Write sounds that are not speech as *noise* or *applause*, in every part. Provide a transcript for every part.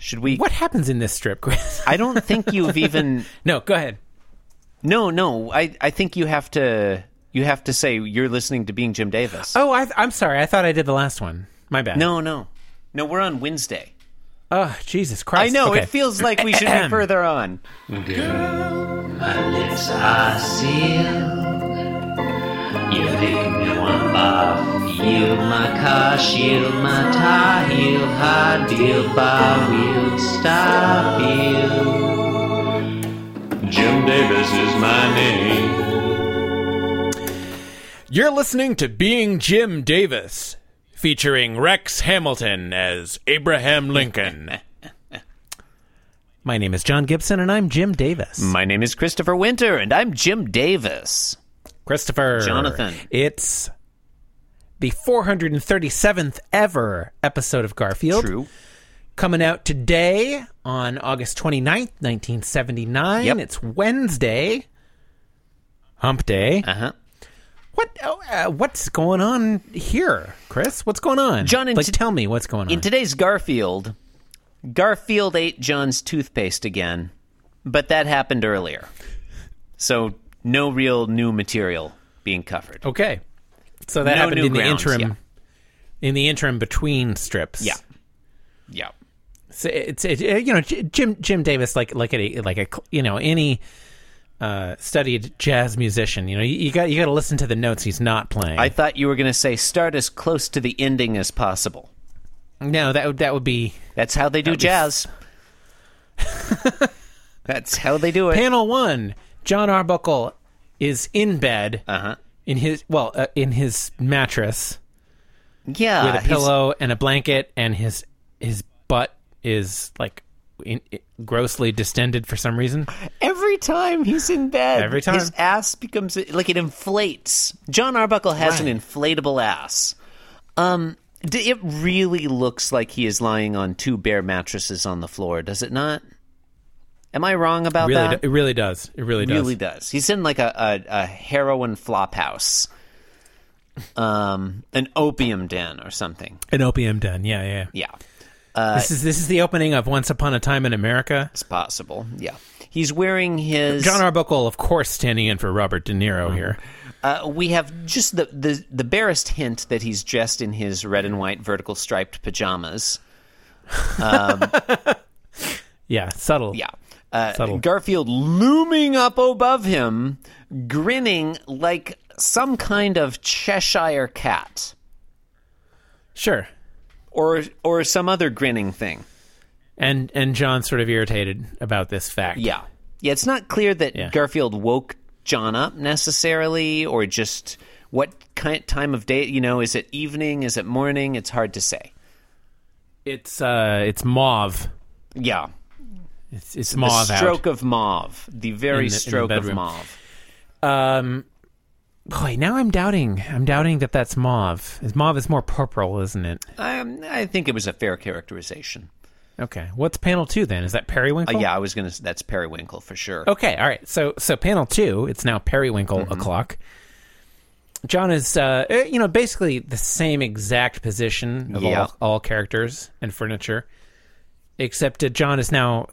Should we? What happens in this strip, Chris? *laughs* I don't think you've *laughs* even. no, go ahead. No, no. I I think you have to you have to say you're listening to Being Jim Davis. Oh, I, I'm sorry. I thought I did the last one. My bad. No, no, no. We're on Wednesday. Oh, Jesus I Christ. know Okay. it feels like we should be *clears throat* further on. Girl, my lips are sealed. You make me want off. Yield my car, shield my tie, heel, high deal, bar wheel, stop you. Jim Davis is my name. You're listening to Being Jim Davis, featuring Rex Hamilton as Abraham Lincoln. *laughs* My name is John Gibson, and I'm Jim Davis. My name is Christopher Winter, and I'm Jim Davis. Christopher. Jonathan. It's the 437th ever episode of Garfield. True. Coming out today on August 29th, 1979. Yep. It's Wednesday. Hump day. Uh huh. What oh, uh, what's going on here, Chris? What's going on? John, in like to- tell me what's going on. In today's Garfield, Garfield ate John's toothpaste again, but that happened earlier. So no real new material being covered. okay. So that No happened new in the grounds, interim yeah. in the interim between strips. Yeah. Yeah. So it's it, it- you know J- Jim Jim Davis like like a like a you know any uh, studied jazz musician you know you, you got you got to listen to the notes he's not playing. I thought you were going to say start as close to the ending as possible. no, that would that would be That's how they do be f- jazz. *laughs* That's how they do it. panel one. John Arbuckle is in bed Uh-huh. in his well uh, in his mattress yeah, with a Uh, he's- pillow and a blanket and his his butt is like in, grossly distended for some reason. Every time he's in bed, Every time. his ass becomes like it inflates. John Arbuckle has an inflatable ass. Um, d- it really looks like he is lying on two bare mattresses on the floor. Does it not? Am I wrong about Really, that? do, it really does. It really does. Uh, really does. He's in like a, a, a heroin flop house, um, an opium den or something. An opium den. Yeah, yeah. yeah. Yeah. Uh, This is this is the opening of Once Upon a Time in America. It's possible. Yeah. He's wearing his. John Arbuckle, of course, standing in for Robert De Niro here. uh, we have just the, the, the barest hint that he's dressed in his red and white vertical striped pajamas. Yeah, subtle. Yeah. Uh, Subtle. Garfield looming up above him, grinning like some kind of Cheshire cat sure. or or some other grinning thing. And and John's sort of irritated about this fact. Yeah. Yeah, it's not clear that Yeah. Garfield woke John up necessarily or just what kind time of day, you know, is it evening, is it morning? It's hard to say. it's uh, it's mauve. Yeah. It's, it's The mauve stroke of mauve, the very In the- in the stroke of bedroom. mauve. out. Um, boy, now I'm doubting. I'm doubting that that's mauve. Is mauve is more purple, isn't it? Um, I think it was a fair characterization. Okay. What's panel two then? Is that Uh, periwinkle? yeah, I was gonna. s- That's periwinkle for sure. Okay, all right. So so panel two, it's now periwinkle Mm-hmm. o'clock. John is uh, eh, you know basically the same exact position of Yeah. all, all characters and furniture, except that John is now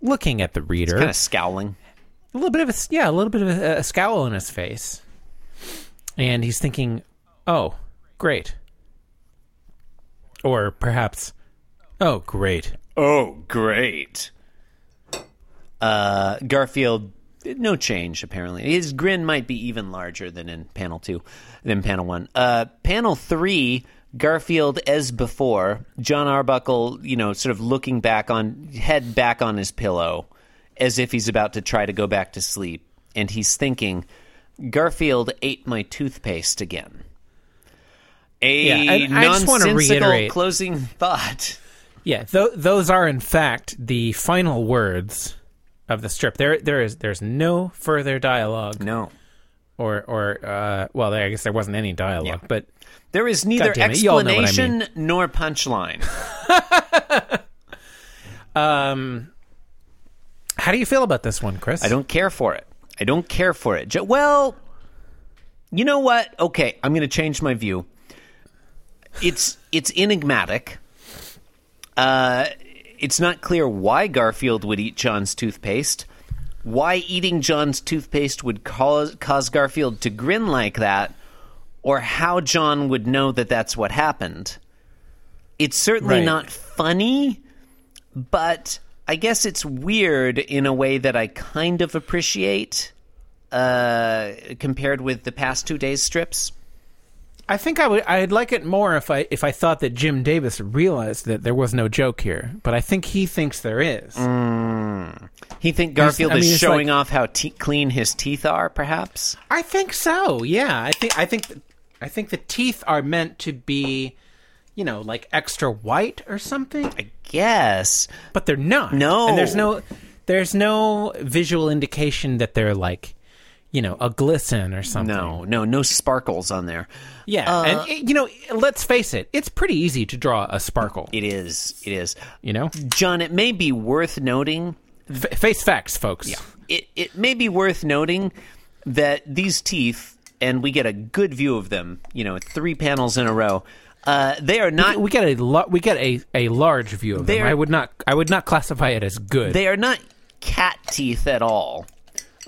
looking at the reader. Kind of scowling. a little bit of a s- yeah, a little bit of a, a scowl on his face, and he's thinking, "Oh, great," or perhaps, "Oh, great." Oh, great. Uh, Garfield, no change apparently. His grin might be even larger than in panel two, than panel one. Uh, panel three, Garfield as before. John Arbuckle, you know, sort of looking back on head back on his pillow, as if he's about to try to go back to sleep, and he's thinking, Garfield ate my toothpaste again. A Yeah, I- I just wanna nonsensical reiterate- closing *laughs* thought. Yeah, th- those are in fact the final words of the strip. There, there is there's no further dialogue, No. or or uh, well, there- I guess there wasn't any dialogue, Yeah. but There is neither God damn it, y'all know what I explanation nor punchline. how do you feel about this one, Chris? I don't care for it. I don't care for it. Jo- Well, you know what? Okay, I'm going to change my view. It's it's enigmatic. Uh, It's not clear why Garfield would eat John's toothpaste. Why eating John's toothpaste would cause, cause Garfield to grin like that, or how John would know that that's what happened. It's certainly Right. not funny, but I guess it's weird in a way that I kind of appreciate uh, compared with the past two days' strips. I think I would. I'd like it more if I if I thought that Jim Davis realized that there was no joke here, but I think he thinks there is. He think Garfield I mean, is it's showing like- off how te- clean his teeth are, perhaps. I think so. Yeah, I think I think th- I think the teeth are meant to be, you know, like extra white or something, Yes, but they're not. No. and there's no there's no visual indication that they're like, you know, a glisten or something. no, Uh, no, no sparkles on there. Yeah, and it- you know, let's face it, it's pretty easy to draw a sparkle. It is, it is. you know, John, it may be worth noting F- face facts, folks. Yeah. it, it may be worth noting that these teeth, and we get a good view of them, you know, three panels in a row, uh, they are not we get a lo- we get a, a large view of them. They're- I would not I would not classify it as good. they are not cat teeth at all,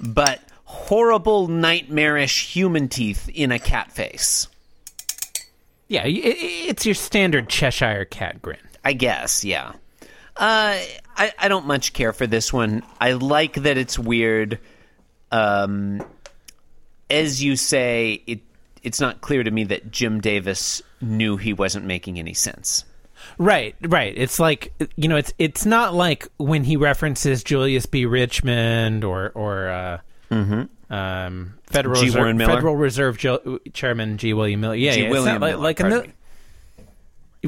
but horrible, nightmarish human teeth in a cat face. yeah, i- i it's your standard Cheshire cat grin. I guess, yeah. Uh, I I don't much care for this one. I like that it's weird. Um, as you say, it it's not clear to me that Jim Davis knew he wasn't making any sense. Right, right. It's like you know, it's it's not like when he references Julius B. Richmond or or uh, um, Federal Mm-hmm. G. Reserve, Warren Miller. Federal Reserve jo- Chairman G. William Miller. Yeah, G. yeah, it's William not like, Miller, like in pardon the-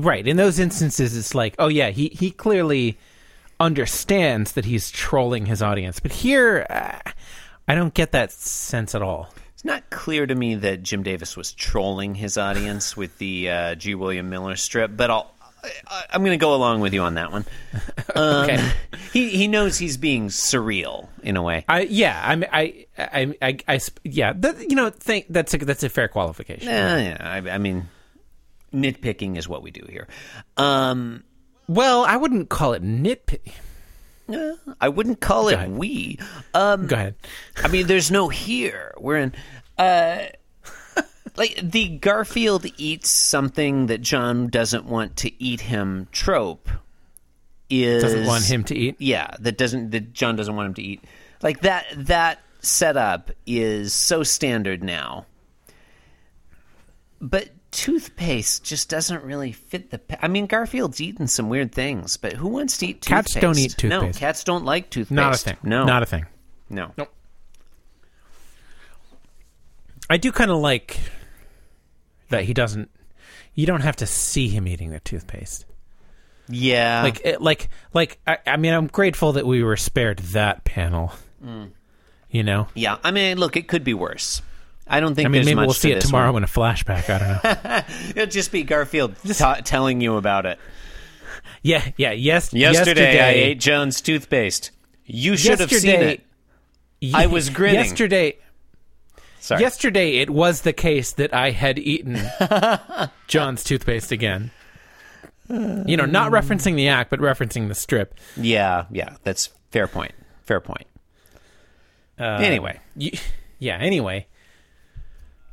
right in those instances, it's like oh yeah, he he clearly understands that he's trolling his audience, but here. Uh, I don't get that sense at all. It's not clear to me that Jim Davis was trolling his audience *laughs* with the uh, G. William Miller strip, but I'll. I, I'm going to go along with you on that one. Um, Okay. He he knows he's being surreal in a way. I yeah, I'm I I I, I sp- yeah, that, you know, think that's a that's a fair qualification. Eh, yeah, I, I mean, nitpicking is what we do here. Um, Well, I wouldn't call it nitpick. eh, I wouldn't call it ahead. we. Um, Go ahead. I mean, there's no here. We're in. Uh, *laughs* like the Garfield eats something that John doesn't want to eat him trope is Doesn't want him to eat. yeah that doesn't that John doesn't want him to eat like that that setup is so standard now but toothpaste just doesn't really fit the pa- I mean Garfield's eaten some weird things but who wants to eat toothpaste Cats don't eat no toothpaste. cats don't like toothpaste Not a thing. no not a thing. no Nope. I do kind of like that he doesn't. You don't have to see him eating the toothpaste. yeah Like, it, like, like. I, I mean, I'm grateful that we were spared that panel. Mm. You know, yeah I mean look it could be worse I don't think I mean, there's maybe much we'll to see it this tomorrow one. in a flashback. *laughs* I don't know. it'll just be Garfield ta- telling you about it yeah, yeah. Yes, yesterday, I yesterday- ate John's toothpaste you should have seen Yesterday- it I was grinning. Yesterday, sorry Yesterday, it was the case that I had eaten John's toothpaste again. You know, not referencing the act, but referencing the strip. Yeah, yeah, that's fair point. Fair point. Uh, anyway, Y yeah. Anyway,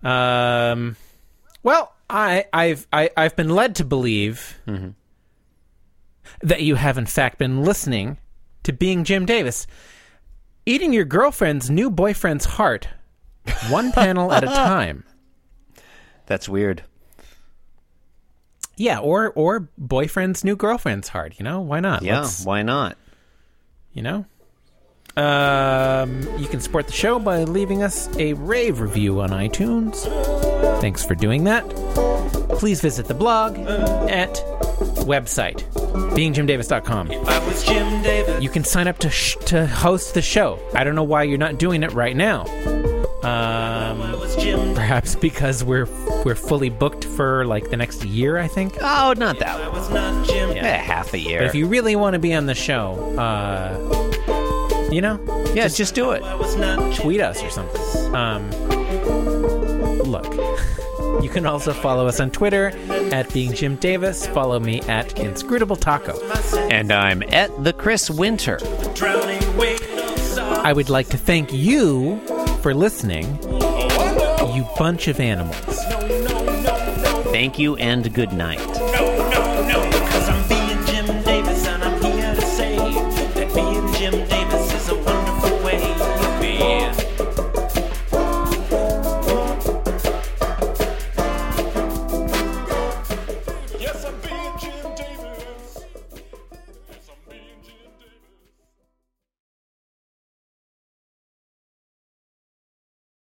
um, well, I, I've I, I've been led to believe that you have in fact been listening to being Jim Davis, eating your girlfriend's new boyfriend's heart, one panel at a time. that's weird. Yeah, or or boyfriend's new girlfriend's heart. You know why not? Yeah, Let's- why not? you know. Um, you can support the show by leaving us a rave review on iTunes. Thanks for doing that. Please visit the blog at website beingjimdavis.com. I was Jim Davis. You can sign up to sh- to host the show. I don't know why you're not doing it right now. I Um, was Jim. perhaps because we're we're fully booked for like the next year, I think. Oh, not that I one. was not Jim. Eh, half a year. But if you really want to be on the show, uh, you know, yeah, just, do it. I was not Jim. tweet us or something. Um, look, *laughs* You can also follow us on Twitter at being Jim Davis. Follow me at inscrutable taco. And I'm at the Chris Winter. I would like to thank you for listening, you bunch of animals. Thank you and good night.